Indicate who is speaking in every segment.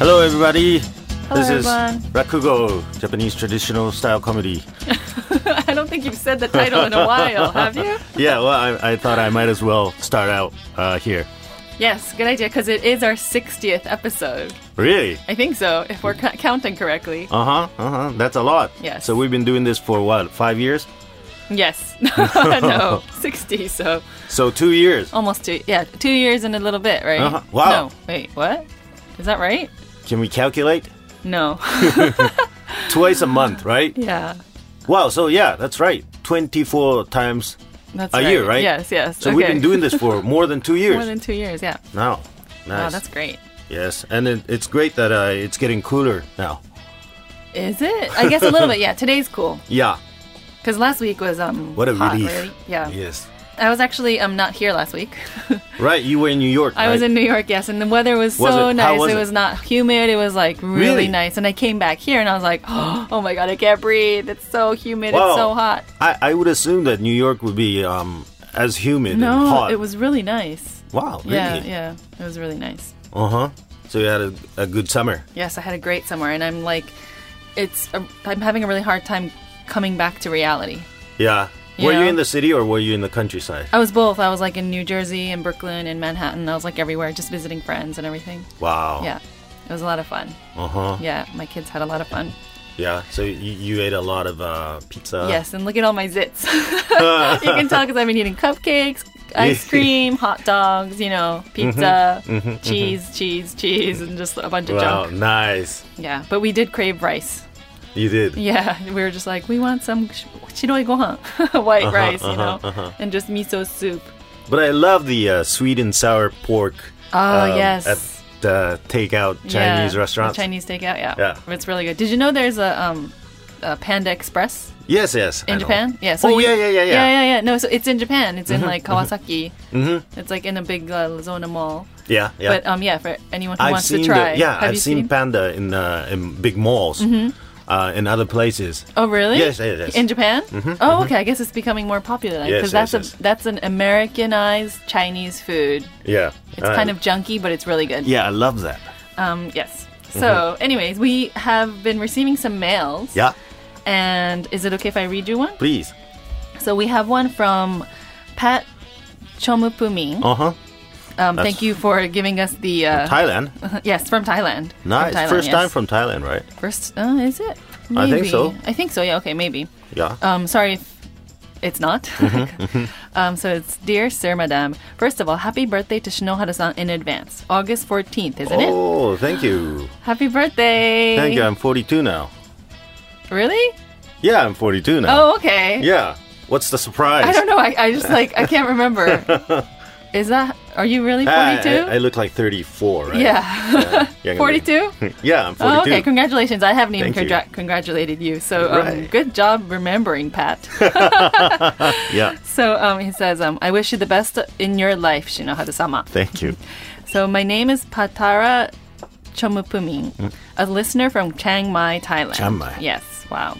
Speaker 1: Hello, everybody.
Speaker 2: Hello,
Speaker 1: this
Speaker 2: everyone.
Speaker 1: is Rakugo, Japanese traditional style comedy.
Speaker 2: I don't think you've said the title in a while, have you?
Speaker 1: Yeah, well, I, I thought I might as well start out uh, here.
Speaker 2: Yes, good idea, because it is our 60th episode.
Speaker 1: Really?
Speaker 2: I think so, if we're c- counting correctly.
Speaker 1: Uh huh. Uh huh. That's a lot.
Speaker 2: Yes.
Speaker 1: So we've been doing this for what, five years?
Speaker 2: Yes. no, 60, so
Speaker 1: So two years.
Speaker 2: almost two, yeah, two years and a little bit, right?
Speaker 1: Uh-huh. Wow.
Speaker 2: No, wait, what? Is that right?
Speaker 1: Can we calculate?
Speaker 2: No.
Speaker 1: Twice a month, right?
Speaker 2: yeah,
Speaker 1: Wow. So yeah, that's right. Twenty-four times.
Speaker 2: that's
Speaker 1: A
Speaker 2: right.
Speaker 1: year, right?
Speaker 2: Yes, yes.
Speaker 1: So
Speaker 2: okay.
Speaker 1: we've been doing this for more than two years
Speaker 2: More than two years, yeah.
Speaker 1: now.
Speaker 2: Wow,
Speaker 1: Nice.
Speaker 2: that's great.
Speaker 1: yes, and it, it's great that uh, it's getting cooler now.
Speaker 2: Is it? I guess a little bit, yeah. Today's cool,
Speaker 1: Yeah.
Speaker 2: because last week was um
Speaker 1: What a
Speaker 2: hot,
Speaker 1: relief.
Speaker 2: really. Yeah.
Speaker 1: Yes.
Speaker 2: I was actually um not here last week.
Speaker 1: Right. You were in New York.
Speaker 2: I was
Speaker 1: right?
Speaker 2: in New York, yes, and the weather was,
Speaker 1: Was
Speaker 2: so
Speaker 1: it? How
Speaker 2: nice.
Speaker 1: was
Speaker 2: it
Speaker 1: it?
Speaker 2: was not humid. It was like really,
Speaker 1: Really?
Speaker 2: nice. And I came back here and I was like, oh my god, I can't breathe. It's so humid.
Speaker 1: Wow.
Speaker 2: It's so hot.
Speaker 1: I, I would assume that New York would be um, as humid and
Speaker 2: No,
Speaker 1: hot.
Speaker 2: it was really nice.
Speaker 1: wow, really?
Speaker 2: Yeah, yeah, it was really nice.
Speaker 1: Uh huh. So you had a, a good summer.
Speaker 2: Yes, I had a great summer, and I'm like, it's i I'm having a really hard time coming back to reality.
Speaker 1: Yeah.
Speaker 2: You
Speaker 1: were you
Speaker 2: know?
Speaker 1: in the city or were you in the countryside?
Speaker 2: I was both. I was like in New Jersey and Brooklyn and Manhattan. I was like everywhere, just visiting friends and everything.
Speaker 1: Wow.
Speaker 2: Yeah, it was a lot of fun.
Speaker 1: Uh huh.
Speaker 2: Yeah, my kids had a lot of fun.
Speaker 1: Yeah. So you, you ate a lot of uh, pizza.
Speaker 2: Yes, and look at all my zits. you can tell because I've been eating cupcakes, ice cream, hot dogs, you know,
Speaker 1: Mm-hmm.
Speaker 2: pizza, cheese, cheese, cheese, and just a bunch of
Speaker 1: Wow.
Speaker 2: junk.
Speaker 1: Nice.
Speaker 2: Yeah, but we did crave rice.
Speaker 1: You did.
Speaker 2: Yeah, we were just like, we want some sh- shiroi gohan, white
Speaker 1: Uh-huh,
Speaker 2: rice, you know, and just miso soup.
Speaker 1: But I love the uh, sweet and sour pork.
Speaker 2: Oh,
Speaker 1: um,
Speaker 2: yes.
Speaker 1: At uh, takeout
Speaker 2: Yeah,
Speaker 1: Chinese
Speaker 2: the
Speaker 1: restaurants.
Speaker 2: Chinese takeout, yeah.
Speaker 1: Yeah.
Speaker 2: It's really good. Did you know there's a, um, a Panda Express?
Speaker 1: Yes. Yes. I
Speaker 2: in
Speaker 1: know.
Speaker 2: Japan. Yeah.
Speaker 1: oh
Speaker 2: you-
Speaker 1: yeah, yeah, yeah, mm-hmm. yeah.
Speaker 2: Yeah, yeah, No, so it's in Japan. It's in like Kawasaki. Mm-hmm. It's like in a big uh, Zona mall.
Speaker 1: Yeah, yeah.
Speaker 2: But um, yeah, for anyone who
Speaker 1: I've
Speaker 2: wants
Speaker 1: seen
Speaker 2: to try,
Speaker 1: the, yeah,
Speaker 2: have
Speaker 1: I've
Speaker 2: you Mm-hmm.
Speaker 1: seen, panda in uh, in big malls, uh, in other places.
Speaker 2: oh, really?
Speaker 1: Yes, yes, yes. Mm-hmm,
Speaker 2: In Japan? Oh, okay. I guess it's becoming more popular
Speaker 1: Yes,
Speaker 2: because
Speaker 1: yes,
Speaker 2: that's
Speaker 1: yes.
Speaker 2: a that's an Americanized Chinese food.
Speaker 1: Yeah,
Speaker 2: It's kind of junky, but it's really good.
Speaker 1: yeah. Mm-hmm. I love that.
Speaker 2: Um, yes. So, anyways, we have been receiving some mails.
Speaker 1: Yeah,
Speaker 2: And is it okay if I read you one?
Speaker 1: please.
Speaker 2: So we have one from Pat Chomupuming.
Speaker 1: Uh huh.
Speaker 2: Um, thank you for giving us the uh,
Speaker 1: Thailand.
Speaker 2: yes from Thailand. From
Speaker 1: Nice.
Speaker 2: Thailand,
Speaker 1: First
Speaker 2: yes.
Speaker 1: time from Thailand, right?
Speaker 2: first. Uh, is it?
Speaker 1: I think
Speaker 2: Maybe.
Speaker 1: so.
Speaker 2: I think so. Yeah. Okay. Maybe.
Speaker 1: Yeah.
Speaker 2: Um, sorry if it's not.
Speaker 1: Mm-hmm,
Speaker 2: um, so it's dear Sir Madame. First of all, happy birthday to Shinohara-san in advance. August fourteenth, isn't it?
Speaker 1: oh, thank you.
Speaker 2: Happy birthday!
Speaker 1: Thank you. I'm 42 now.
Speaker 2: Really?
Speaker 1: Yeah, I'm 42 now.
Speaker 2: Oh, okay.
Speaker 1: Yeah. What's the surprise?
Speaker 2: I don't know. I, I just like I can't remember. Is that? Are you really
Speaker 1: Ah, I-
Speaker 2: forty-two?
Speaker 1: I, look like 34, right?
Speaker 2: yeah.
Speaker 1: Younger than-
Speaker 2: Forty-two.
Speaker 1: Yeah, I'm 42.
Speaker 2: Oh, okay, congratulations. I haven't even
Speaker 1: Thank
Speaker 2: congra- congratulated you. So, um,
Speaker 1: Right.
Speaker 2: good job remembering, Pat.
Speaker 1: Yeah.
Speaker 2: so, um, he says, um, I wish you the best in your life, Shinohara sama.
Speaker 1: Thank you.
Speaker 2: So, my name is Patara Chomupuming, a listener from Chiang Mai, Thailand.
Speaker 1: Chiang Mai.
Speaker 2: Yes, wow.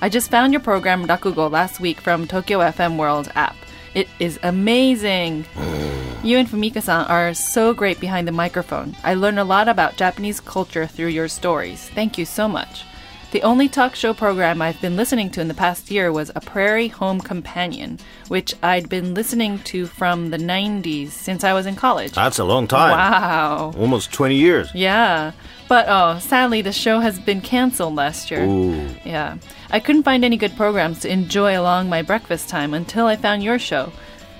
Speaker 2: I just found your program, Rakugo, last week from Tokyo FM World app. It is amazing.
Speaker 1: Mm.
Speaker 2: You and Fumika san are so great behind the microphone. I learn a lot about Japanese culture through your stories. Thank you so much. The only talk show program I've been listening to in the past year was A Prairie Home Companion, which I'd been listening to from the 90s since I was in college.
Speaker 1: That's a long time.
Speaker 2: Wow.
Speaker 1: Almost 20 years.
Speaker 2: Yeah. But oh, sadly, the show has been canceled last year.
Speaker 1: Ooh.
Speaker 2: Yeah. I couldn't find any good programs to enjoy along my breakfast time until I found your show.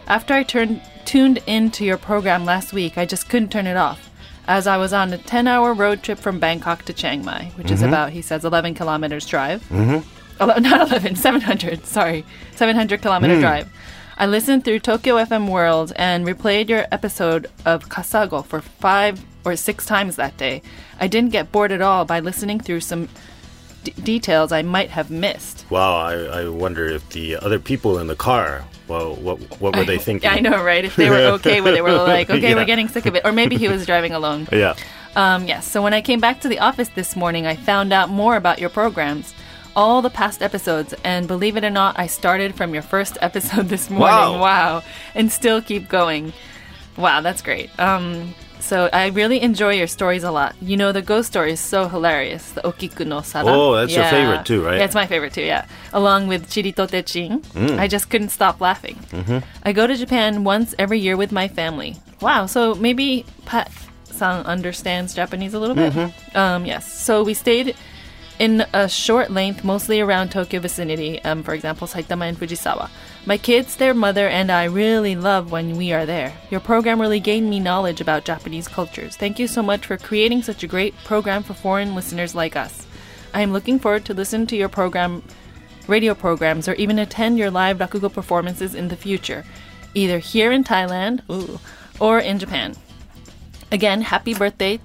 Speaker 2: After I turned tuned into your program last week, I just couldn't turn it off. As I was on a 10 hour road trip from Bangkok to Chiang Mai, which is about, he says, 11 kilometers drive. Mm-hmm. not 11, 700, sorry. 700
Speaker 1: Hmm.
Speaker 2: kilometer drive. I listened through Tokyo FM World and replayed your episode of Kasago for five or six times that day. I didn't get bored at all by listening through some d- details I might have missed.
Speaker 1: Wow, I, I wonder if the other people in the car, well, what what were they thinking?
Speaker 2: I know, right? If they were okay with it, we're like, okay,
Speaker 1: Yeah.
Speaker 2: we're getting sick of it. Or maybe he was driving alone.
Speaker 1: Yeah.
Speaker 2: Um, yes, so when I came back to the office this morning, I found out more about your programs, all the past episodes, and believe it or not, I started from your first episode this morning.
Speaker 1: Wow.
Speaker 2: Wow. And still keep going. Wow, that's great. Um, So I really enjoy your stories a lot. You know, the ghost story is so hilarious. The Okiku no Sada.
Speaker 1: Oh, that's your favorite too, right? Mm.
Speaker 2: Yeah, it's my favorite too, yeah. Along with Chiritote Ching. I just couldn't stop laughing.
Speaker 1: Mm-hmm.
Speaker 2: I go to Japan once every year with my family. Wow, so maybe Pat san understands Japanese a little bit?
Speaker 1: Mm-hmm.
Speaker 2: Um, yes. So we stayed in a short length, mostly around Tokyo vicinity, um, for example, Saitama and Fujisawa. My kids, their mother, and I really love when we are there. Your program really gained me knowledge about Japanese cultures. Thank you so much for creating such a great program for foreign listeners like us. I am looking forward to listen to your program, radio programs, or even attend your live rakugo performances in the future, either here in Thailand ooh, or in Japan. Again, happy birthday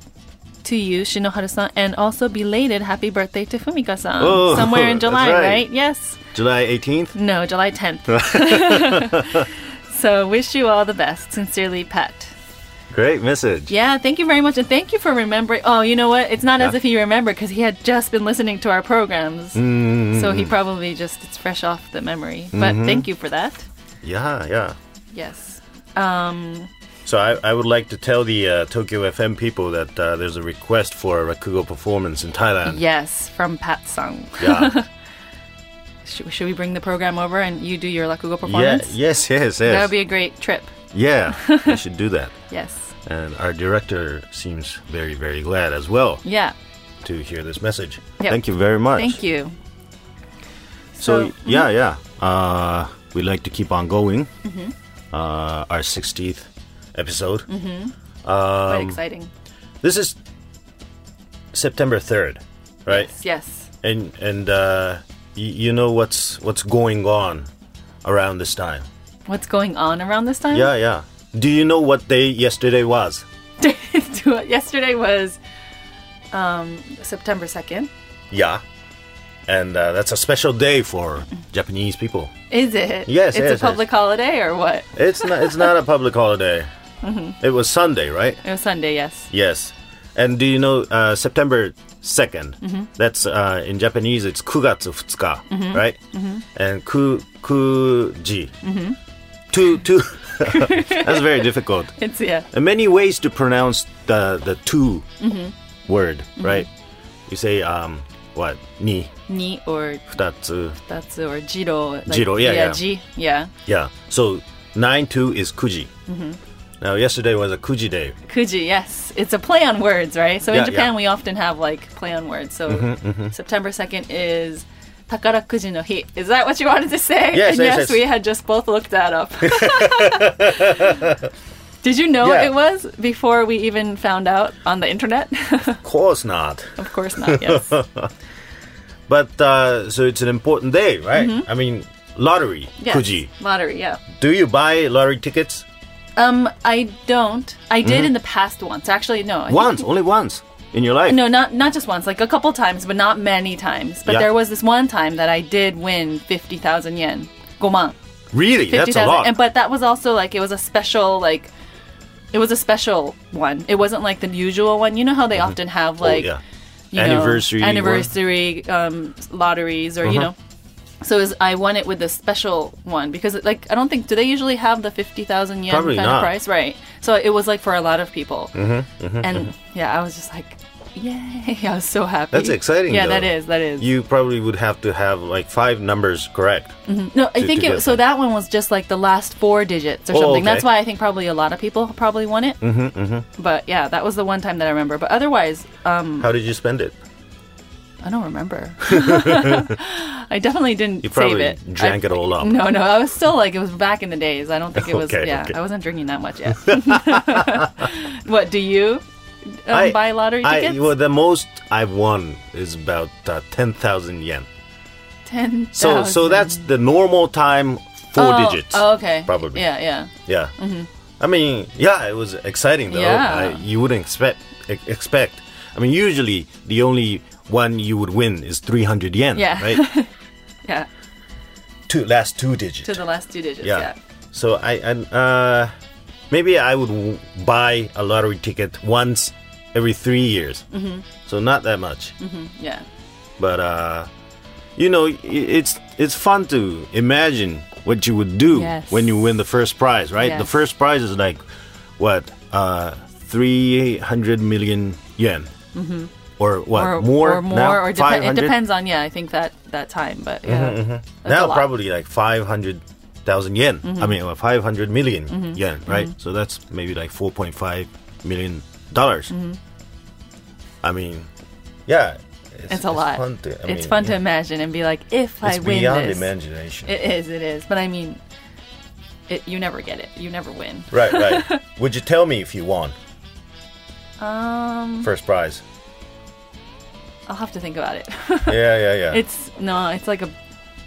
Speaker 2: to you, Shinoharu-san, and also belated happy birthday to Fumika-san.
Speaker 1: Oh,
Speaker 2: somewhere in
Speaker 1: that's
Speaker 2: July,
Speaker 1: right.
Speaker 2: right? Yes.
Speaker 1: July 18th?
Speaker 2: No, July 10th. so, wish you all the best. Sincerely, Pat.
Speaker 1: Great message.
Speaker 2: Yeah, thank you very much, and thank you for remembering. Oh, you know what? It's not as if he remembered because he had just been listening to our programs,
Speaker 1: Mm,
Speaker 2: so he probably just it's fresh off the memory. But
Speaker 1: Mm-hmm.
Speaker 2: thank you for that.
Speaker 1: Yeah, yeah.
Speaker 2: Yes. Um,
Speaker 1: So I, I would like to tell the uh, Tokyo FM people that uh, there's a request for a Rakugo performance in Thailand.
Speaker 2: yes, from Pat Sung.
Speaker 1: Yeah.
Speaker 2: Should, should we bring the program over and you do your
Speaker 1: yeah.
Speaker 2: Lakugo performance?
Speaker 1: Yes, yes, yes.
Speaker 2: That would be a great trip.
Speaker 1: yeah, we should do that.
Speaker 2: Yes.
Speaker 1: And our director seems very, very glad as well
Speaker 2: Yeah.
Speaker 1: to hear this message.
Speaker 2: Yep.
Speaker 1: Thank you very much.
Speaker 2: Thank you.
Speaker 1: So,
Speaker 2: So- mm-hmm.
Speaker 1: yeah, yeah. Uh, we like to keep on going. Uh, our 60th episode.
Speaker 2: Mm-hmm. Quite
Speaker 1: Um,
Speaker 2: exciting.
Speaker 1: This is September 3rd, right?
Speaker 2: Yes.
Speaker 1: And and uh, y- you know what's what's going on around this time.
Speaker 2: What's going on around this time?
Speaker 1: Yeah, yeah. Do you know what day yesterday was?
Speaker 2: Do it. Yesterday was um, September 2nd.
Speaker 1: Yeah. And uh, that's a special day for Japanese people.
Speaker 2: Is it?
Speaker 1: Yes,
Speaker 2: It's
Speaker 1: yes,
Speaker 2: a public holiday or what?
Speaker 1: It's not it's not a public holiday. It was Sunday, right?
Speaker 2: It was Oh, Sunday, yes.
Speaker 1: Yes. And do you know uh, September 2nd? That's uh, in Japanese, it's 9月2日, right? And ku, kuji. Two, two. That's very difficult.
Speaker 2: It's, yeah.
Speaker 1: And many ways to pronounce the, the 2
Speaker 2: Mm-hmm.
Speaker 1: word, right? You say, um, what? Ni,
Speaker 2: Ni or
Speaker 1: futatsu.
Speaker 2: that's or Jiro. Like,
Speaker 1: Jiro, yeah, yeah.
Speaker 2: Ji, yeah.
Speaker 1: Yeah. So 9 2 is kuji.
Speaker 2: Mm-hmm.
Speaker 1: Now, yesterday was a kuji day.
Speaker 2: Kuji, yes. It's a play on words, right? So in
Speaker 1: Yeah, Mm-hmm,
Speaker 2: Japan,
Speaker 1: yeah.
Speaker 2: we often have like play on words. So September 2nd is Takarakuji no hi. Is that what you wanted to say?
Speaker 1: Yes, yes,
Speaker 2: and yes,
Speaker 1: yes.
Speaker 2: we had just both looked that up. Did you know
Speaker 1: Yeah.
Speaker 2: it was before we even found out on the internet?
Speaker 1: Of course not.
Speaker 2: of course not, yes.
Speaker 1: But uh, so it's an important day, right? I mean, lottery,
Speaker 2: Mm-hmm. yes.
Speaker 1: Kuji.
Speaker 2: Lottery, yeah.
Speaker 1: Do you buy lottery tickets?
Speaker 2: Um, I don't. I did in the past once. Actually, no. I
Speaker 1: Mm-hmm.
Speaker 2: think-
Speaker 1: Once, only once in your life.
Speaker 2: no, not not just once. Like a couple times, but not many times. But
Speaker 1: Yeah.
Speaker 2: there was this one time that I did win fifty thousand yen, goman,
Speaker 1: Really,
Speaker 2: fifty
Speaker 1: that's a lot.
Speaker 2: thousand. And but that was also like it was a special like, it was a special one. It wasn't like the usual one. You know how they often have like
Speaker 1: oh, yeah.
Speaker 2: you know,
Speaker 1: Anniversary Uh-huh. one.
Speaker 2: anniversary um, lotteries or you know. So is, I won it with the special one because like I don't think do they usually have the fifty thousand yen
Speaker 1: Probably
Speaker 2: kind of
Speaker 1: not. Mm-hmm,
Speaker 2: price, right? So it was like for a lot of people, and yeah, I was just like, yay! I was so happy.
Speaker 1: That's exciting,
Speaker 2: Yeah,
Speaker 1: though.
Speaker 2: that is that is.
Speaker 1: You probably would have to have like five numbers correct.
Speaker 2: no, I think
Speaker 1: to
Speaker 2: it,
Speaker 1: get
Speaker 2: so.
Speaker 1: that.
Speaker 2: That one was just like the last four digits or
Speaker 1: Oh,
Speaker 2: something.
Speaker 1: okay.
Speaker 2: That's why I think probably a lot of people probably won it. Mm-hmm, mm-hmm. But yeah, that was the one time that I remember. But otherwise, Mm.
Speaker 1: How did you spend it?
Speaker 2: I don't remember. I definitely didn't
Speaker 1: You probably
Speaker 2: save it.
Speaker 1: drank
Speaker 2: I-
Speaker 1: it all up.
Speaker 2: No, no, I was still like it was back in the days. I don't think it was.
Speaker 1: Okay,
Speaker 2: yeah,
Speaker 1: okay.
Speaker 2: I wasn't drinking that much yet. what do you um,
Speaker 1: I-
Speaker 2: buy lottery tickets?
Speaker 1: I well, the most I've won is about uh, ten thousand yen.
Speaker 2: Ten.
Speaker 1: So, so that's the normal time, four
Speaker 2: oh,
Speaker 1: digits.
Speaker 2: Oh, okay.
Speaker 1: probably.
Speaker 2: Yeah, yeah.
Speaker 1: Yeah. I mean, yeah, it was exciting though.
Speaker 2: Yeah.
Speaker 1: I, you wouldn't expect e- expect. I mean, usually the only one you would win is 300 yen,
Speaker 2: Yeah.
Speaker 1: right?
Speaker 2: Yeah,
Speaker 1: two last two digits.
Speaker 2: to the last two digits.
Speaker 1: yeah.
Speaker 2: Yeah.
Speaker 1: So I and uh maybe I would w- buy a lottery ticket once every 3 years. Mm-hmm. So not that much.
Speaker 2: Yeah. yeah.
Speaker 1: But uh you know, i- it's it's fun to imagine what you would do
Speaker 2: Yes.
Speaker 1: when you win the first prize, right? The
Speaker 2: Yes.
Speaker 1: first prize is like what uh 300 million yen. Or what?
Speaker 2: Mm-hmm. or
Speaker 1: more?
Speaker 2: or more,
Speaker 1: now?
Speaker 2: or depen- it
Speaker 1: 500?
Speaker 2: depends on yeah. I think that that time, but yeah, That's a
Speaker 1: Mm-hmm, Now
Speaker 2: lot. Mm-hmm.
Speaker 1: probably like 500,000 yen. I mean, well, 500 million yen, right? So that's maybe like 4.5 million dollars.
Speaker 2: Mm-hmm.
Speaker 1: I mean, yeah.
Speaker 2: It's a lot.
Speaker 1: fun to- I
Speaker 2: it's
Speaker 1: mean,
Speaker 2: fun to
Speaker 1: yeah.
Speaker 2: imagine and be like, if I
Speaker 1: It's
Speaker 2: win
Speaker 1: beyond
Speaker 2: this,
Speaker 1: imagination.
Speaker 2: it is, it is. But I mean, it, you never get it. You never win.
Speaker 1: right, right. Would you tell me if you won
Speaker 2: Um,
Speaker 1: first prize?
Speaker 2: I'll have to think about it.
Speaker 1: Yeah, yeah, yeah.
Speaker 2: it's no, it's like a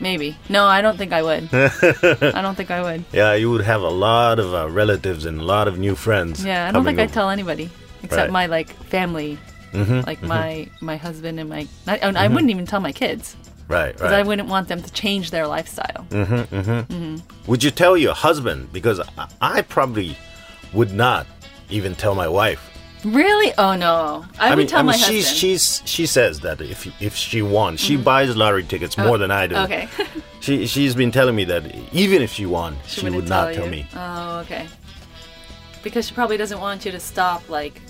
Speaker 2: maybe. No, I don't think I would. I don't think I would.
Speaker 1: yeah, you would have a lot of uh, relatives and a lot of new friends.
Speaker 2: Yeah, I don't
Speaker 1: coming
Speaker 2: think I'd
Speaker 1: over.
Speaker 2: tell anybody except
Speaker 1: Right. Mm-hmm,
Speaker 2: my like family, like my my husband and my. I, and I wouldn't even tell my kids
Speaker 1: Right,
Speaker 2: because
Speaker 1: Mm-hmm. right. Mm.
Speaker 2: I wouldn't want them to change their lifestyle.
Speaker 1: Would you tell your husband? Because I, I probably would not even tell my wife.
Speaker 2: Really? Oh no, I, would
Speaker 1: mean,
Speaker 2: tell
Speaker 1: I mean,
Speaker 2: my
Speaker 1: she,
Speaker 2: husband. Mm-hmm.
Speaker 1: She's, she says that if if she won, she buys lottery tickets more than I do.
Speaker 2: Oh, okay.
Speaker 1: She she's been telling me that even if she won, she,
Speaker 2: wouldn't
Speaker 1: would not tell
Speaker 2: you.
Speaker 1: me.
Speaker 2: Oh, okay. Because she probably doesn't want you to stop, like,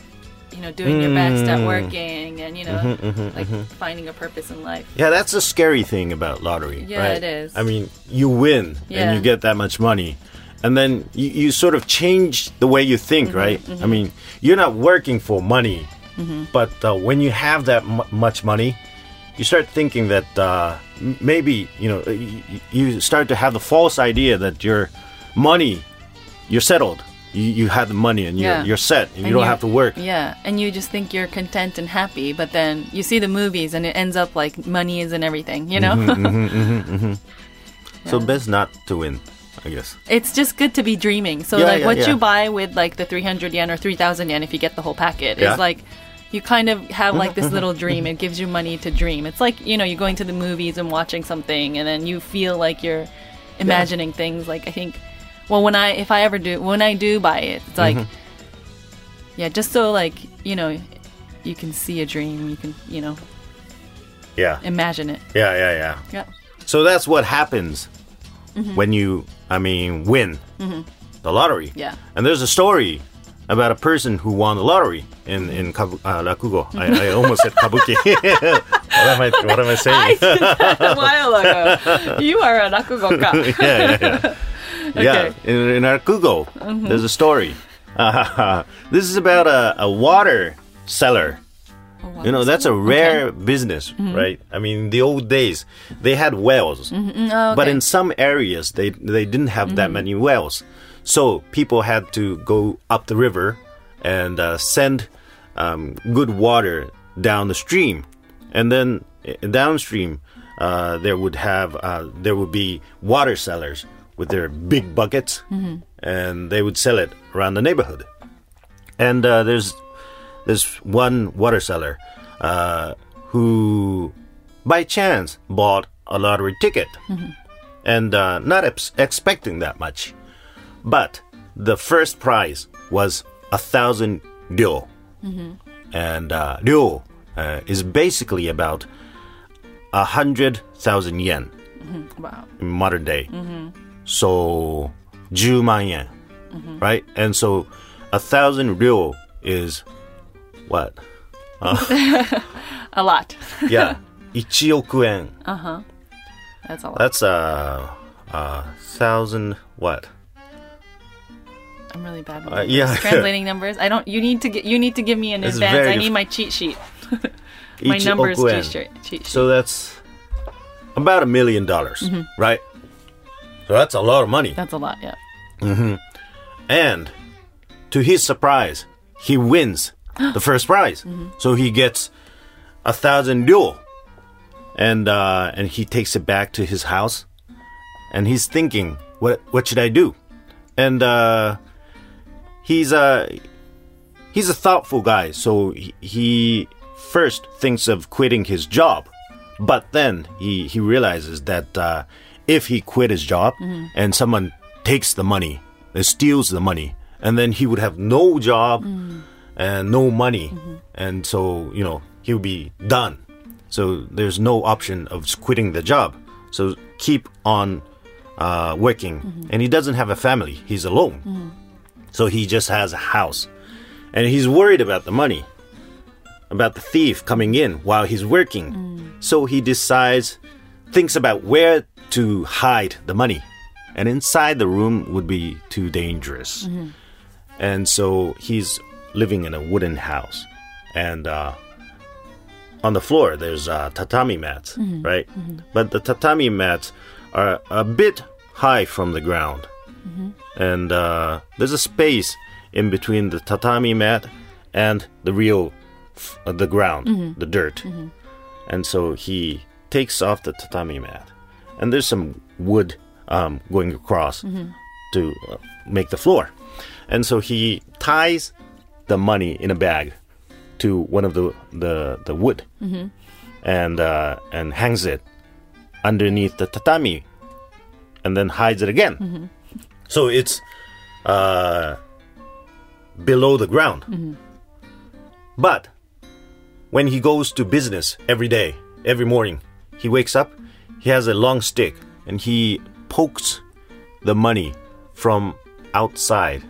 Speaker 2: you know, doing your best
Speaker 1: Mm.
Speaker 2: at working and you know,
Speaker 1: Mm-hmm,
Speaker 2: like finding a purpose in life.
Speaker 1: Yeah, that's the scary thing about lottery.
Speaker 2: Yeah,
Speaker 1: right?
Speaker 2: it is.
Speaker 1: I mean, you win
Speaker 2: Yeah.
Speaker 1: and you get that much money. And then you, you sort of change the way you think,
Speaker 2: Mm-hmm,
Speaker 1: right? I mean, you're not working for money,
Speaker 2: Mm-hmm.
Speaker 1: but uh, when you have that mu much money, you start thinking that uh, m- maybe, you know, you, you start to have the false idea that your money, you're settled. You, you have the money and you're,
Speaker 2: Yeah.
Speaker 1: you're set and, you
Speaker 2: And
Speaker 1: don't have to work.
Speaker 2: Yeah, and you just think you're content and happy, but then you see the movies and it ends up like money isn't everything, you know?
Speaker 1: Mm-hmm. So, best not to win, I guess.
Speaker 2: it's just good to be dreaming. So,
Speaker 1: Yeah,
Speaker 2: like,
Speaker 1: yeah,
Speaker 2: what
Speaker 1: yeah.
Speaker 2: you buy with like the 300 yen or 3,000 yen, if you get the whole packet,
Speaker 1: Yeah.
Speaker 2: is like you kind of have like this little dream. It gives you money to dream. It's like, you know, you're going to the movies and watching something, and then you feel like you're imagining things. Like, I think, well, when I, if I ever do, when I do buy it, it's like,
Speaker 1: Mm-hmm.
Speaker 2: yeah, just so like, you know, you can see a dream, you can, you know,
Speaker 1: Yeah.
Speaker 2: imagine it.
Speaker 1: Yeah, yeah, yeah.
Speaker 2: Yeah.
Speaker 1: So that's what happens
Speaker 2: Mm-hmm.
Speaker 1: when you, I mean, win the lottery.
Speaker 2: Yeah.
Speaker 1: And there's a story about a person who won the lottery in in Kabu- uh, Rakugo. I, I
Speaker 2: Mm-hmm.
Speaker 1: almost said Kabuki. what am I? What am I
Speaker 2: I
Speaker 1: saying?
Speaker 2: did that a while ago. You are a rakugoka.
Speaker 1: yeah, yeah, yeah. yeah.
Speaker 2: Okay. Mm-hmm.
Speaker 1: In, in Rakugo, there's a story. this is about a, a water seller. You know, that's a rare business,
Speaker 2: Mm-hmm.
Speaker 1: right? I mean, in the old days, they had wells. But in some areas, they, they didn't have that many wells. So people had to go up the river and uh, send um, good water down the stream. And then uh, downstream, uh, there would have uh, there would be water sellers with their big buckets, and they would sell it around the neighborhood. And uh, there's this one water seller uh, who, by chance, bought a lottery ticket and uh, not ex- expecting that much. But the first prize was a thousand ryo.
Speaker 2: Mm-hmm.
Speaker 1: And uh, ryo uh, is basically about a hundred thousand yen
Speaker 2: Wow.
Speaker 1: in modern day.
Speaker 2: Mm-hmm.
Speaker 1: So, 10万 yen,
Speaker 2: Mm-hmm.
Speaker 1: right? And so, a thousand ryo is what?
Speaker 2: A lot.
Speaker 1: Yeah, 1億 yen.
Speaker 2: Oh. That's a lot.
Speaker 1: That's a uh, uh, thousand what?
Speaker 2: I'm really bad with
Speaker 1: Uh,
Speaker 2: numbers.
Speaker 1: yeah.
Speaker 2: translating numbers. I don't. You need to get. You need to give me an
Speaker 1: It's
Speaker 2: advance.
Speaker 1: very
Speaker 2: I need
Speaker 1: diff-
Speaker 2: my cheat sheet. My numbers
Speaker 1: 1億 yen.
Speaker 2: cheat sheet. Cheat sheet.
Speaker 1: So that's about a million dollars, right? So that's a lot of money.
Speaker 2: That's a lot. Yeah.
Speaker 1: And to his surprise, he wins the first prize. So he gets a thousand duel. And uh, and he takes it back to his house and he's thinking, what what should I do? And uh, he's uh, a he's a thoughtful guy, so he, he first thinks of quitting his job, but then he he realizes that uh, if he quit his job and someone takes the money, they steals the money, and then he would have no job and no money, and so you know he'll be done. So there's no option of quitting the job. So keep on uh, working, and he doesn't have a family. He's alone, so he just has a house and he's worried about the money, about the thief coming in while he's working. So he decides, thinks about where to hide the money, and inside the room would be too dangerous. And so he's living in a wooden house, and uh, on the floor there's uh, tatami mats, right? But the tatami mats are a bit high from the ground, and uh, there's a space in between the tatami mat and the real, f- uh, the ground, the dirt. And so he takes off the tatami mat, and there's some wood um, going across to uh, make the floor, and so he ties the money in a bag to one of the the, the wood and uh, and hangs it underneath the tatami and then hides it again Mm-hmm. so it's uh, below the ground but when he goes to business every day every morning he wakes up he has a long stick and he pokes the money from outside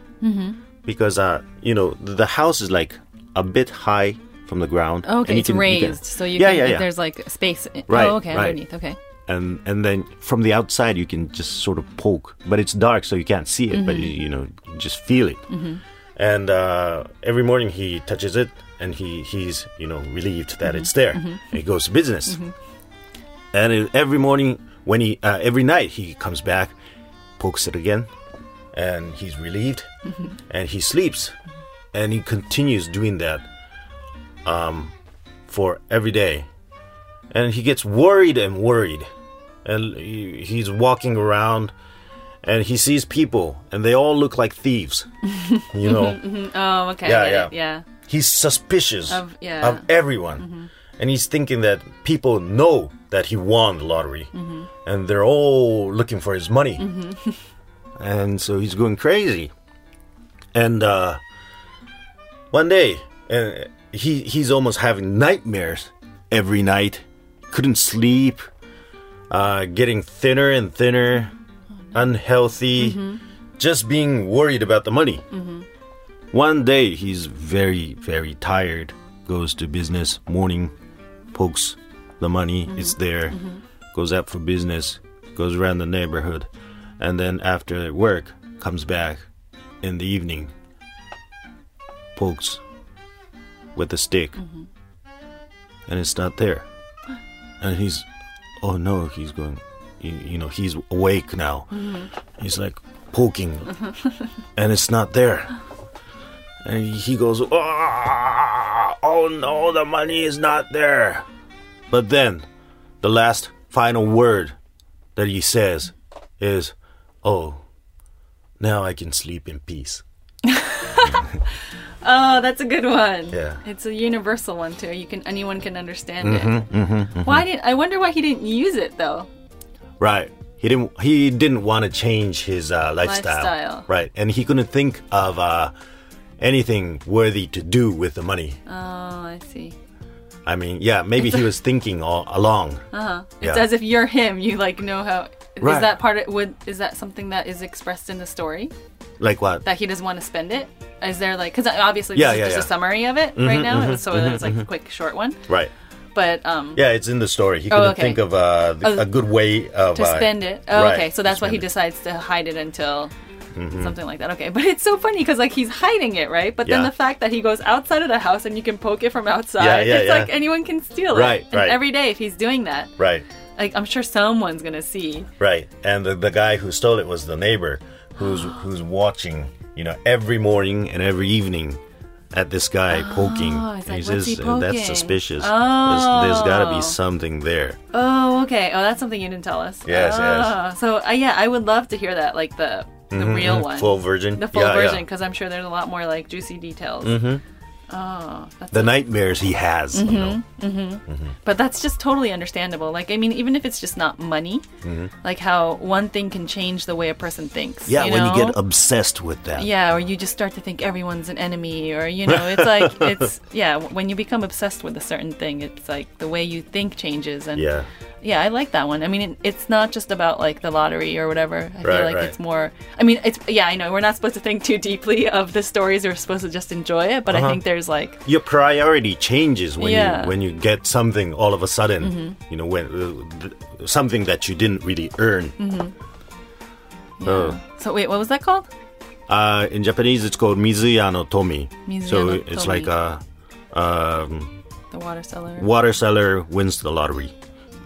Speaker 1: because uh, you know th- the house is like a bit high from the ground.
Speaker 2: Okay,
Speaker 1: and you
Speaker 2: it's
Speaker 1: can- you
Speaker 2: raised,
Speaker 1: can-
Speaker 2: so you
Speaker 1: yeah,
Speaker 2: can,
Speaker 1: yeah, yeah.
Speaker 2: there's like space.
Speaker 1: Right,
Speaker 2: oh, okay,
Speaker 1: right.
Speaker 2: underneath. Okay.
Speaker 1: and and then from the outside you can just sort of poke, but it's dark so you can't see it, but you, you know you just feel it. And uh, every morning he touches it, and he he's you know relieved that it's there. And he goes to business, and it, every morning when he uh, every night he comes back, pokes it again, and he's relieved, and he sleeps, and he continues doing that um, for every day and he gets worried and worried and he- he's walking around and he sees people and they all look like thieves you know
Speaker 2: Oh, okay.
Speaker 1: Yeah,
Speaker 2: I get it,
Speaker 1: yeah.
Speaker 2: yeah.
Speaker 1: he's suspicious
Speaker 2: Of- yeah. Mm-hmm.
Speaker 1: of everyone and he's thinking that people know that he won the lottery
Speaker 2: Mm-hmm.
Speaker 1: and they're all looking for his money and so he's going crazy and uh, one day and he he's almost having nightmares every night couldn't sleep uh, getting thinner and thinner
Speaker 2: Oh,
Speaker 1: unhealthy
Speaker 2: Mm-hmm.
Speaker 1: just being worried about the money one day he's very very tired goes to business morning pokes the money it's there goes out for business goes around the neighborhood and then after work comes back in the evening pokes with a stick and it's not there and he's oh no he's going you, you know he's awake now he's like poking and it's not there and he goes "Ah, oh no the money is not there but then the last final word that he says is oh now i can sleep in peace
Speaker 2: Oh, that's a good one.
Speaker 1: Yeah.
Speaker 2: It's a universal one too. You can anyone can understand it.
Speaker 1: Mm-hmm,
Speaker 2: Why did I wonder why he didn't use it though?
Speaker 1: Right. He didn't. He didn't want to change his uh, lifestyle.
Speaker 2: Lifestyle.
Speaker 1: Right, and he couldn't think of uh, anything worthy to do with the money.
Speaker 2: Oh, I see.
Speaker 1: I mean, yeah, maybe he was thinking all along.
Speaker 2: Uh-huh.
Speaker 1: Yeah.
Speaker 2: It's as if you're him. You like know how is
Speaker 1: Right.
Speaker 2: that part of would is that something that is expressed in the story
Speaker 1: Like what?
Speaker 2: that he doesn't want to spend it? Is there like because obviously
Speaker 1: Yeah,
Speaker 2: this
Speaker 1: yeah,
Speaker 2: is just
Speaker 1: yeah. Mm-hmm,
Speaker 2: a summary of it right now, so it's like a quick short one.
Speaker 1: right.
Speaker 2: But um,
Speaker 1: mm-hmm. Yeah, it's in the story. He
Speaker 2: Oh,
Speaker 1: couldn't
Speaker 2: okay.
Speaker 1: think of uh, th-
Speaker 2: Oh,
Speaker 1: a good way of
Speaker 2: to
Speaker 1: uh,
Speaker 2: spend it. Oh,
Speaker 1: right,
Speaker 2: okay, so
Speaker 1: to
Speaker 2: that's why he
Speaker 1: spend it. Mm-hmm.
Speaker 2: decides to hide it until something like that. Okay, but it's so funny because like he's hiding it, right? But then
Speaker 1: Yeah.
Speaker 2: the fact that he goes outside of the house and you can poke it from outside,
Speaker 1: Yeah, yeah,
Speaker 2: it's
Speaker 1: yeah.
Speaker 2: like anyone can steal
Speaker 1: Right,
Speaker 2: it.
Speaker 1: right.
Speaker 2: And every day, if he's doing that,
Speaker 1: Right.
Speaker 2: like I'm sure someone's gonna see.
Speaker 1: Right. And the, the guy who stole it was the neighbor, who's who's watching. You know, every morning and every evening. At this guy poking,
Speaker 2: Oh, it's
Speaker 1: And he
Speaker 2: like, what's
Speaker 1: says
Speaker 2: he
Speaker 1: that's
Speaker 2: poking?"
Speaker 1: suspicious. There's, there's got to
Speaker 2: Oh.
Speaker 1: be something there.
Speaker 2: Oh, okay. Oh, that's something you didn't tell us.
Speaker 1: Yes, yes.
Speaker 2: Ah, So uh, yeah, I would love to hear that, like the the
Speaker 1: Mm-hmm,
Speaker 2: real one,
Speaker 1: Full version.
Speaker 2: the full
Speaker 1: Yeah, yeah. Mm-hmm.
Speaker 2: version, because I'm sure there's a lot more like juicy details. Oh, that's
Speaker 1: The nightmares he has.
Speaker 2: Mm-hmm.
Speaker 1: you know.
Speaker 2: But that's just totally understandable. Like, I mean, even if it's just not money, like how one thing can change the way a person thinks.
Speaker 1: Mm-hmm. Yeah, when you
Speaker 2: know?
Speaker 1: get obsessed with that.
Speaker 2: Yeah, or you just start to think everyone's an enemy, or, you know, it's like, it's, yeah, w- when you become obsessed with a certain thing, it's like the way you think changes. And
Speaker 1: Yeah.
Speaker 2: yeah, I like that one. I mean, it, it's not just about like the lottery or whatever. I
Speaker 1: Right,
Speaker 2: feel like
Speaker 1: right.
Speaker 2: it's more. I mean, it's yeah, I know we're not supposed to think too deeply of the stories. We're supposed to just enjoy it. But I
Speaker 1: Uh-huh.
Speaker 2: think there's like
Speaker 1: your priority changes when
Speaker 2: Yeah. Mm-hmm.
Speaker 1: you when you get something all of a sudden. You know when uh, th- something that you didn't really earn.
Speaker 2: Mm-hmm.
Speaker 1: Oh.
Speaker 2: so. Wait, what was that called?
Speaker 1: Uh, in Japanese, it's called mizuya no tomi.
Speaker 2: Mizuya
Speaker 1: so
Speaker 2: no
Speaker 1: it's
Speaker 2: tomi.
Speaker 1: like a um,
Speaker 2: The water cellar.
Speaker 1: water seller wins the lottery.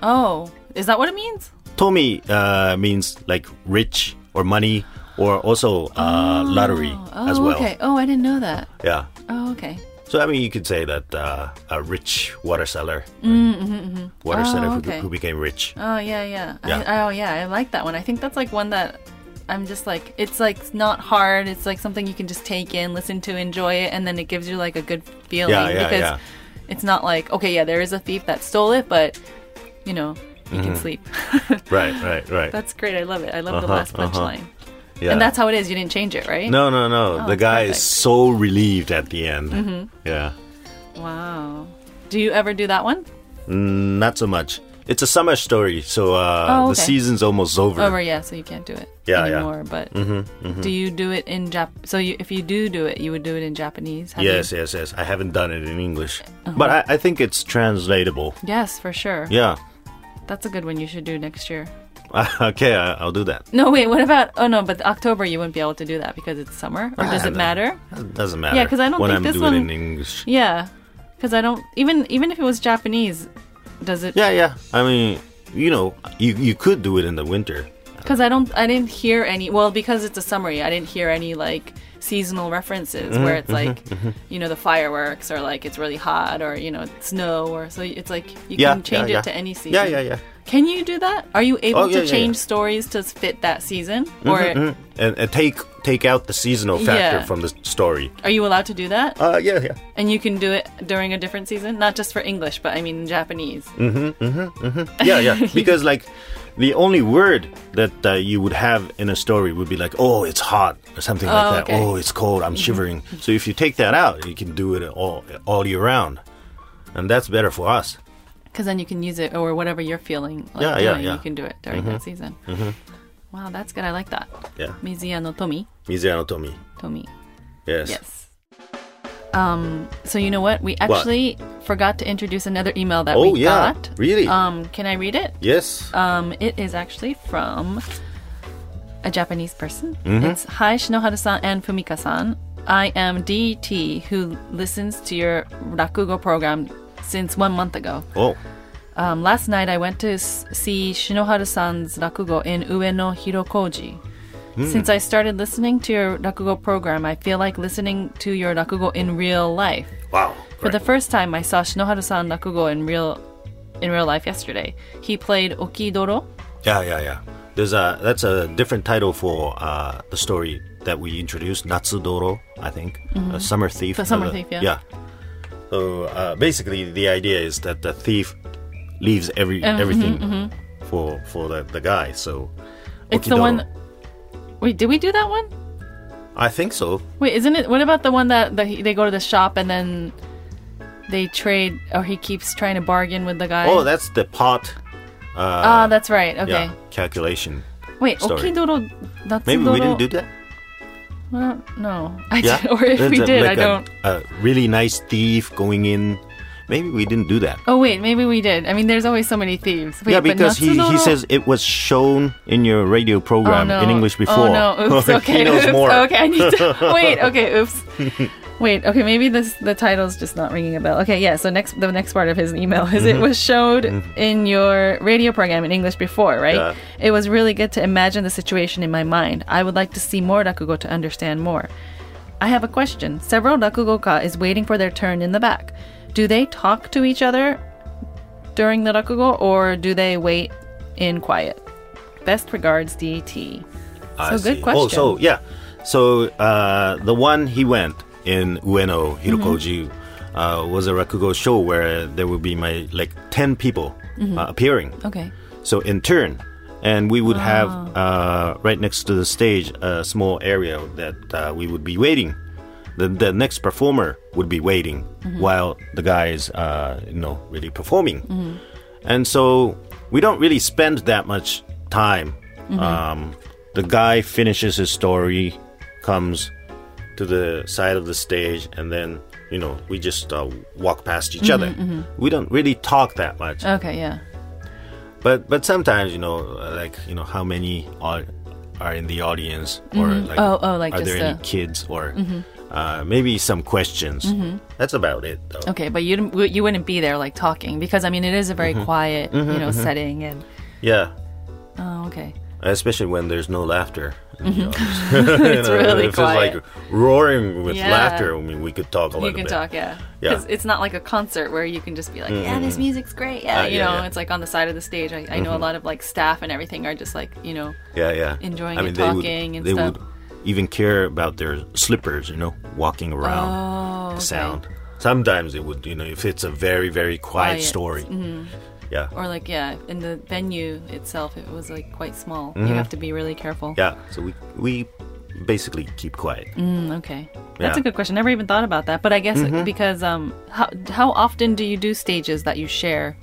Speaker 2: Oh, is that what it means?
Speaker 1: Tomi uh, means like rich or money or also uh, lottery
Speaker 2: Oh,
Speaker 1: as well.
Speaker 2: okay. Oh, I didn't know that.
Speaker 1: Yeah.
Speaker 2: Oh, okay.
Speaker 1: So I mean, you could say that uh, a rich water seller, water
Speaker 2: Oh,
Speaker 1: seller who,
Speaker 2: okay.
Speaker 1: who became rich.
Speaker 2: Oh yeah, yeah. I-
Speaker 1: Yeah.
Speaker 2: oh yeah, I like that one. I think that's like one that I'm just like it's like not hard. It's like something you can just take in, listen to, enjoy it, and then it gives you like a good feeling
Speaker 1: Yeah, yeah,
Speaker 2: because
Speaker 1: yeah.
Speaker 2: it's not like okay, yeah, there is a thief that stole it, but you know you
Speaker 1: Mm-hmm.
Speaker 2: can sleep.
Speaker 1: Right, right, right.
Speaker 2: that's great. I love it. I love the
Speaker 1: Uh-huh,
Speaker 2: last
Speaker 1: uh-huh.
Speaker 2: punchline.
Speaker 1: yeah.
Speaker 2: And that's how it is. You didn't change it, right?
Speaker 1: no, no, no. the
Speaker 2: that's
Speaker 1: guy
Speaker 2: Oh, perfect. Mm-hmm.
Speaker 1: is so relieved at the end. Yeah,
Speaker 2: Wow. Do you ever do that one?
Speaker 1: Mm, not so much. It's a summer story, so uh,
Speaker 2: Oh,
Speaker 1: the
Speaker 2: okay.
Speaker 1: season's almost over.
Speaker 2: Over, yeah. So you can't do it
Speaker 1: Yeah, Mm-hmm, yeah.
Speaker 2: anymore. But do you do it in Jap? So you, if you do do it, you would do it in Japanese. Have you- Oh.
Speaker 1: Yes, yes, yes. I haven't done it in English, but I, I think it's translatable.
Speaker 2: Yes, for sure.
Speaker 1: Yeah.
Speaker 2: That's a good one you should do next year.
Speaker 1: okay, I, I'll do that.
Speaker 2: No, wait, what about? Oh, no, but October you wouldn't be able to do that because it's summer. Or does
Speaker 1: Ah,
Speaker 2: it
Speaker 1: no.
Speaker 2: matter?
Speaker 1: It doesn't matter.
Speaker 2: 'cause I don't
Speaker 1: when
Speaker 2: think
Speaker 1: I'm
Speaker 2: this
Speaker 1: doing
Speaker 2: one-
Speaker 1: it in English.
Speaker 2: Yeah. Because I don't. Even even if it was Japanese, does it.
Speaker 1: Yeah, yeah. I mean, you know, you you could do it in the winter.
Speaker 2: Because I don't. I didn't hear any. Well, because it's a summary, I didn't hear any, like, seasonal references
Speaker 1: Mm-hmm,
Speaker 2: where it's like, you know, the fireworks or, like, it's really hot or, you know, it's snow or. So it's like you
Speaker 1: Yeah,
Speaker 2: can change
Speaker 1: yeah,
Speaker 2: it
Speaker 1: yeah.
Speaker 2: to any season.
Speaker 1: Yeah, yeah, yeah.
Speaker 2: Can you do that? Are you able
Speaker 1: Oh, yeah,
Speaker 2: to
Speaker 1: yeah,
Speaker 2: change
Speaker 1: yeah. Mm-hmm,
Speaker 2: stories to fit that season? Or
Speaker 1: And, and take take out the seasonal factor
Speaker 2: Yeah.
Speaker 1: from the story.
Speaker 2: are you allowed to do that?
Speaker 1: Uh, yeah, yeah.
Speaker 2: And you can do it during a different season, not just for English, but I mean in Japanese.
Speaker 1: Mm. yeah yeah because like the only word that uh, you would have in a story would be like oh it's hot or something
Speaker 2: Oh,
Speaker 1: like that
Speaker 2: okay. Mm-hmm.
Speaker 1: oh it's cold i'm shivering so if you take that out you can do it all all year round and that's better for us
Speaker 2: Because then you can use it or whatever you're feeling. Like,
Speaker 1: Yeah, yeah,
Speaker 2: doing,
Speaker 1: yeah. Mm-hmm.
Speaker 2: You can do it during that season. Wow, that's good. I like that.
Speaker 1: yeah
Speaker 2: Mizuya no Tomi.
Speaker 1: Mizuano Tomi.
Speaker 2: Tomi.
Speaker 1: yes
Speaker 2: Yes. Um, so you know what? We actually forgot to introduce another email that
Speaker 1: oh
Speaker 2: we
Speaker 1: yeah
Speaker 2: got.
Speaker 1: really
Speaker 2: Um, can I read it?
Speaker 1: yes
Speaker 2: Um, it is actually from a Japanese person.
Speaker 1: Mm-hmm.
Speaker 2: It's Hi Shinoharu-san and Fumika-san. I am DT who listens to your Rakugo program since one month ago.
Speaker 1: oh
Speaker 2: Um, last night I went to s- see Shinoharu-san's Rakugo in Ueno Hirokoji.
Speaker 1: Hmm.
Speaker 2: Since I started listening to your Rakugo program, I feel like listening to your Rakugo in real life.
Speaker 1: wow
Speaker 2: For the
Speaker 1: Right.
Speaker 2: first time, I saw Shinoharu-san Rakugo in real in real life yesterday. He played Okidoro,
Speaker 1: yeah yeah yeah there's a that's a different title for uh, the story that we introduced natsudoro i think a summer thief
Speaker 2: The Mm-hmm. summer
Speaker 1: Uh,
Speaker 2: thief, yeah.
Speaker 1: yeah so uh, basically the idea is that the thief leaves every
Speaker 2: Oh, mm-hmm,
Speaker 1: everything for for the, the guy so
Speaker 2: It's the
Speaker 1: okidoro.
Speaker 2: one. Wait, did we do that one?
Speaker 1: i think so
Speaker 2: Wait, isn't it? What about the one that the, they go to the shop and then they trade, or he keeps trying to bargain with the guy?
Speaker 1: oh that's the pot uh,
Speaker 2: ah, that's right. Okay.
Speaker 1: yeah calculation
Speaker 2: Wait,
Speaker 1: Story.
Speaker 2: okidoro. That's
Speaker 1: maybe we didn't do that
Speaker 2: Well, no, I
Speaker 1: yeah
Speaker 2: did, or if
Speaker 1: There's
Speaker 2: we
Speaker 1: a-
Speaker 2: did,
Speaker 1: like
Speaker 2: I don't.
Speaker 1: a, a really nice thief going in maybe we didn't do that
Speaker 2: Oh wait, maybe we did. I mean, there's always so many thieves. Wait,
Speaker 1: yeah,
Speaker 2: but
Speaker 1: because he, he
Speaker 2: Natsudoro-
Speaker 1: says it was shown in your radio program
Speaker 2: Oh, no.
Speaker 1: in English before.
Speaker 2: Oh no! Oops. Okay.
Speaker 1: he knows
Speaker 2: oops.
Speaker 1: more.
Speaker 2: Okay, I need to wait. Okay. Oops. Wait. Okay. Maybe this the title's just not ringing a bell. Okay. Yeah. So next, the next part of his email is it was showed in your radio program in English before, right?
Speaker 1: Yeah.
Speaker 2: It was really good to imagine the situation in my mind. I would like to see more rakugo to understand more. I have a question. Several rakugoka is waiting for their turn in the back. Do they talk to each other during the rakugo, or do they wait in quiet? Best regards, E DT.
Speaker 1: I
Speaker 2: So good
Speaker 1: see. Oh,
Speaker 2: question.
Speaker 1: so yeah, so uh, the one he went in Ueno Hirokoji
Speaker 2: Mm-hmm.
Speaker 1: uh, was a rakugo show where there would be my like ten people
Speaker 2: Mm-hmm.
Speaker 1: uh, appearing.
Speaker 2: Okay.
Speaker 1: So in turn, and we would have uh, right next to the stage a small area that uh, we would be waiting. The, the next performer would be waiting while the guy is, uh, you know, really performing. And so we don't really spend that much time. Um, the guy finishes his story, comes to the side of the stage, and then you know we just uh, walk past each other. We don't really talk that much.
Speaker 2: Okay, yeah.
Speaker 1: But but sometimes you know, uh, like you know, how many are are in the audience, or like,
Speaker 2: Oh, oh, like
Speaker 1: are
Speaker 2: just
Speaker 1: there any
Speaker 2: the- Mm-hmm.
Speaker 1: kids, or uh, maybe some questions. That's about it, though.
Speaker 2: Okay, but you didn't- you wouldn't be there like talking because I mean it is a
Speaker 1: Mm-hmm.
Speaker 2: very quiet you know setting and
Speaker 1: Yeah,
Speaker 2: oh okay
Speaker 1: especially when there's no laughter. in the audience.
Speaker 2: Mm-hmm. it's really
Speaker 1: if it's like
Speaker 2: quiet.
Speaker 1: roaring with
Speaker 2: Yeah.
Speaker 1: laughter, I mean, we could talk a little
Speaker 2: you can
Speaker 1: bit.
Speaker 2: talk yeah
Speaker 1: Yeah. Mm-hmm,
Speaker 2: because it's not like a concert where you can just be like yeah this music's great yeah
Speaker 1: Uh,
Speaker 2: you
Speaker 1: yeah,
Speaker 2: know
Speaker 1: yeah. Mm-hmm.
Speaker 2: it's like on the side of the stage I, I know a lot of like staff and everything are just like you know
Speaker 1: Yeah, yeah. I
Speaker 2: Enjoying it,
Speaker 1: mean, they would,
Speaker 2: talking and
Speaker 1: they
Speaker 2: stuff.
Speaker 1: would even care about their slippers, you know, walking around,
Speaker 2: oh okay.
Speaker 1: sound. Sometimes it would, you know, if it's a very, very quiet
Speaker 2: Quiet. Mm-hmm.
Speaker 1: story. Yeah.
Speaker 2: or like yeah in the venue itself it was like quite small you have to be really careful
Speaker 1: Mm-hmm. Yeah. So we we basically keep quiet.
Speaker 2: Mm, okay that's
Speaker 1: Yeah. Mm-hmm.
Speaker 2: a good question never even thought about that but I guess because um how how often do you do stages that you share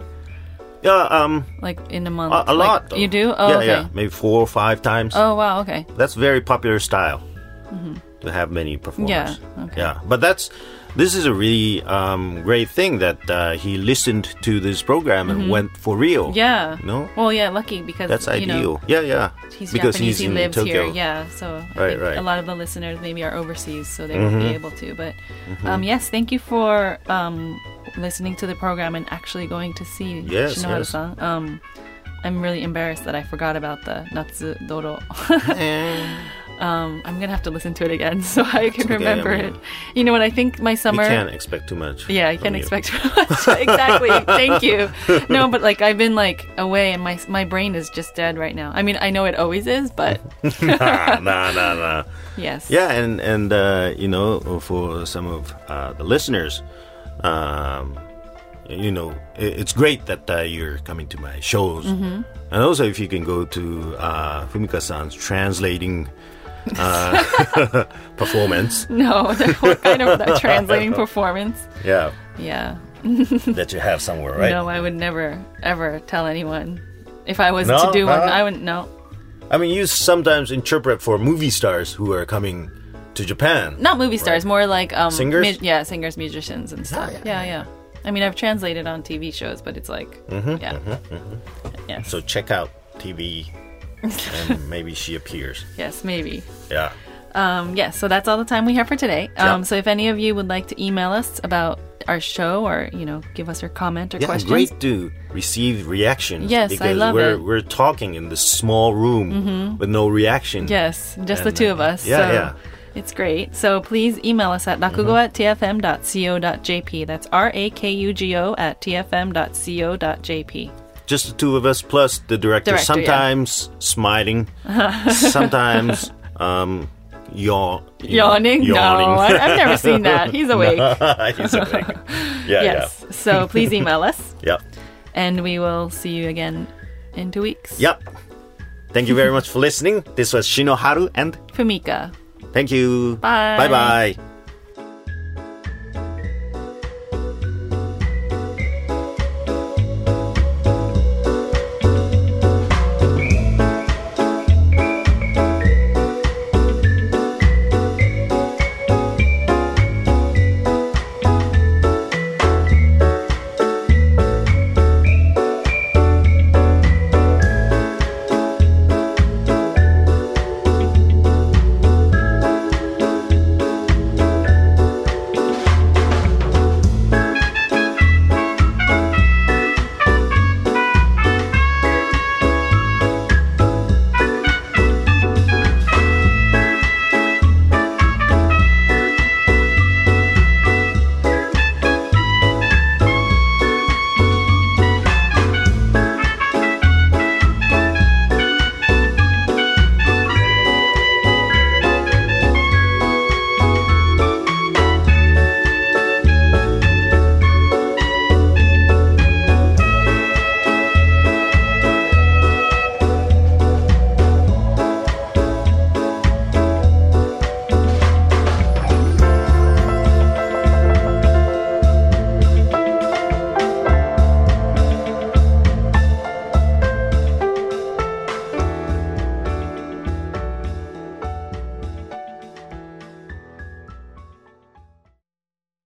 Speaker 1: Yeah. Um.
Speaker 2: like in a month
Speaker 1: A, a
Speaker 2: Like,
Speaker 1: lot. though.
Speaker 2: you do oh
Speaker 1: yeah,
Speaker 2: okay
Speaker 1: yeah. Maybe four or five times.
Speaker 2: oh wow okay
Speaker 1: That's very popular style to have many performers.
Speaker 2: Yeah, okay.
Speaker 1: Yeah. But that's this is a really um, great thing that uh, he listened to this program and went for real.
Speaker 2: Mm-hmm. yeah
Speaker 1: No.
Speaker 2: well yeah lucky because
Speaker 1: That's
Speaker 2: you
Speaker 1: ideal.
Speaker 2: know,
Speaker 1: yeah, yeah.
Speaker 2: he's
Speaker 1: because
Speaker 2: Japanese.
Speaker 1: he's
Speaker 2: he
Speaker 1: in
Speaker 2: lives
Speaker 1: Tokyo.
Speaker 2: here. Yeah, so I
Speaker 1: Right,
Speaker 2: think
Speaker 1: right. Mm-hmm.
Speaker 2: a lot of the listeners maybe are overseas, so they won't be able to. But um, yes, thank you for um, listening to the program and actually going to see
Speaker 1: Yes,
Speaker 2: Shinohara-san. Um, I'm really embarrassed that I forgot about the Natsu Doro.
Speaker 1: Eh,
Speaker 2: um, I'm gonna have to listen to it again so I can
Speaker 1: okay, I
Speaker 2: remember
Speaker 1: mean-
Speaker 2: it. You know what? I think my
Speaker 1: You
Speaker 2: summer.
Speaker 1: can't expect too much.
Speaker 2: Yeah, I
Speaker 1: from
Speaker 2: can't
Speaker 1: you.
Speaker 2: expect much. exactly. Thank you. No, but like I've been like away, and my my brain is just dead right now. I mean, I know it always is, but
Speaker 1: nah, nah, nah, nah.
Speaker 2: yes.
Speaker 1: Yeah, and and uh, you know, for some of uh, the listeners, um, you know, i- it's great that uh, you're coming to my shows, and also if you can go to uh, Fumika-san's translating uh, performance.
Speaker 2: No. What kind of that translating performance?
Speaker 1: Yeah,
Speaker 2: Yeah.
Speaker 1: that you have somewhere, right?
Speaker 2: No, I would never ever tell anyone. If I was
Speaker 1: No,
Speaker 2: to do one,
Speaker 1: no.
Speaker 2: I wouldn't. No.
Speaker 1: I mean, you sometimes interpret for movie stars who are coming to Japan.
Speaker 2: Not movie stars. More like um.
Speaker 1: Singers?
Speaker 2: mu- yeah, singers, musicians, and stuff.
Speaker 1: yeah,
Speaker 2: yeah, yeah. I mean, I've translated on TV shows, but it's like, yeah, yes,
Speaker 1: Mm-hmm, So check out TV, and maybe she appears.
Speaker 2: yes, maybe.
Speaker 1: Yeah.
Speaker 2: Um, yes, so that's all the time we have for today.
Speaker 1: Yeah.
Speaker 2: Um, So if any of you would like to email us about our show or, you know, give us your comment or
Speaker 1: Yeah,
Speaker 2: questions.
Speaker 1: great to receive reactions.
Speaker 2: Yes, I
Speaker 1: because
Speaker 2: love
Speaker 1: we're
Speaker 2: it. Mm-hmm.
Speaker 1: we're talking in this small room with no reaction.
Speaker 2: Yes, just the
Speaker 1: And,
Speaker 2: two
Speaker 1: uh,
Speaker 2: of us.
Speaker 1: yeah,
Speaker 2: so
Speaker 1: yeah. Mm-hmm.
Speaker 2: It's great. So please email us at rakugo at tfm.co.jp. That's R A K U G O at tfm.co.jp.
Speaker 1: Just the two of us plus the director,
Speaker 2: Director, yeah.
Speaker 1: sometimes smiling, sometimes um yawn
Speaker 2: Yawning? No, I- I've never seen that. He's awake.
Speaker 1: He's awake. Yeah,
Speaker 2: yes. So please email us,
Speaker 1: yeah.
Speaker 2: and we will see you again in two weeks.
Speaker 1: Yeah. Yep. Thank you very much for listening. This was Shinoharu and
Speaker 2: Fumika.
Speaker 1: thank you.
Speaker 2: Bye.
Speaker 1: Bye bye.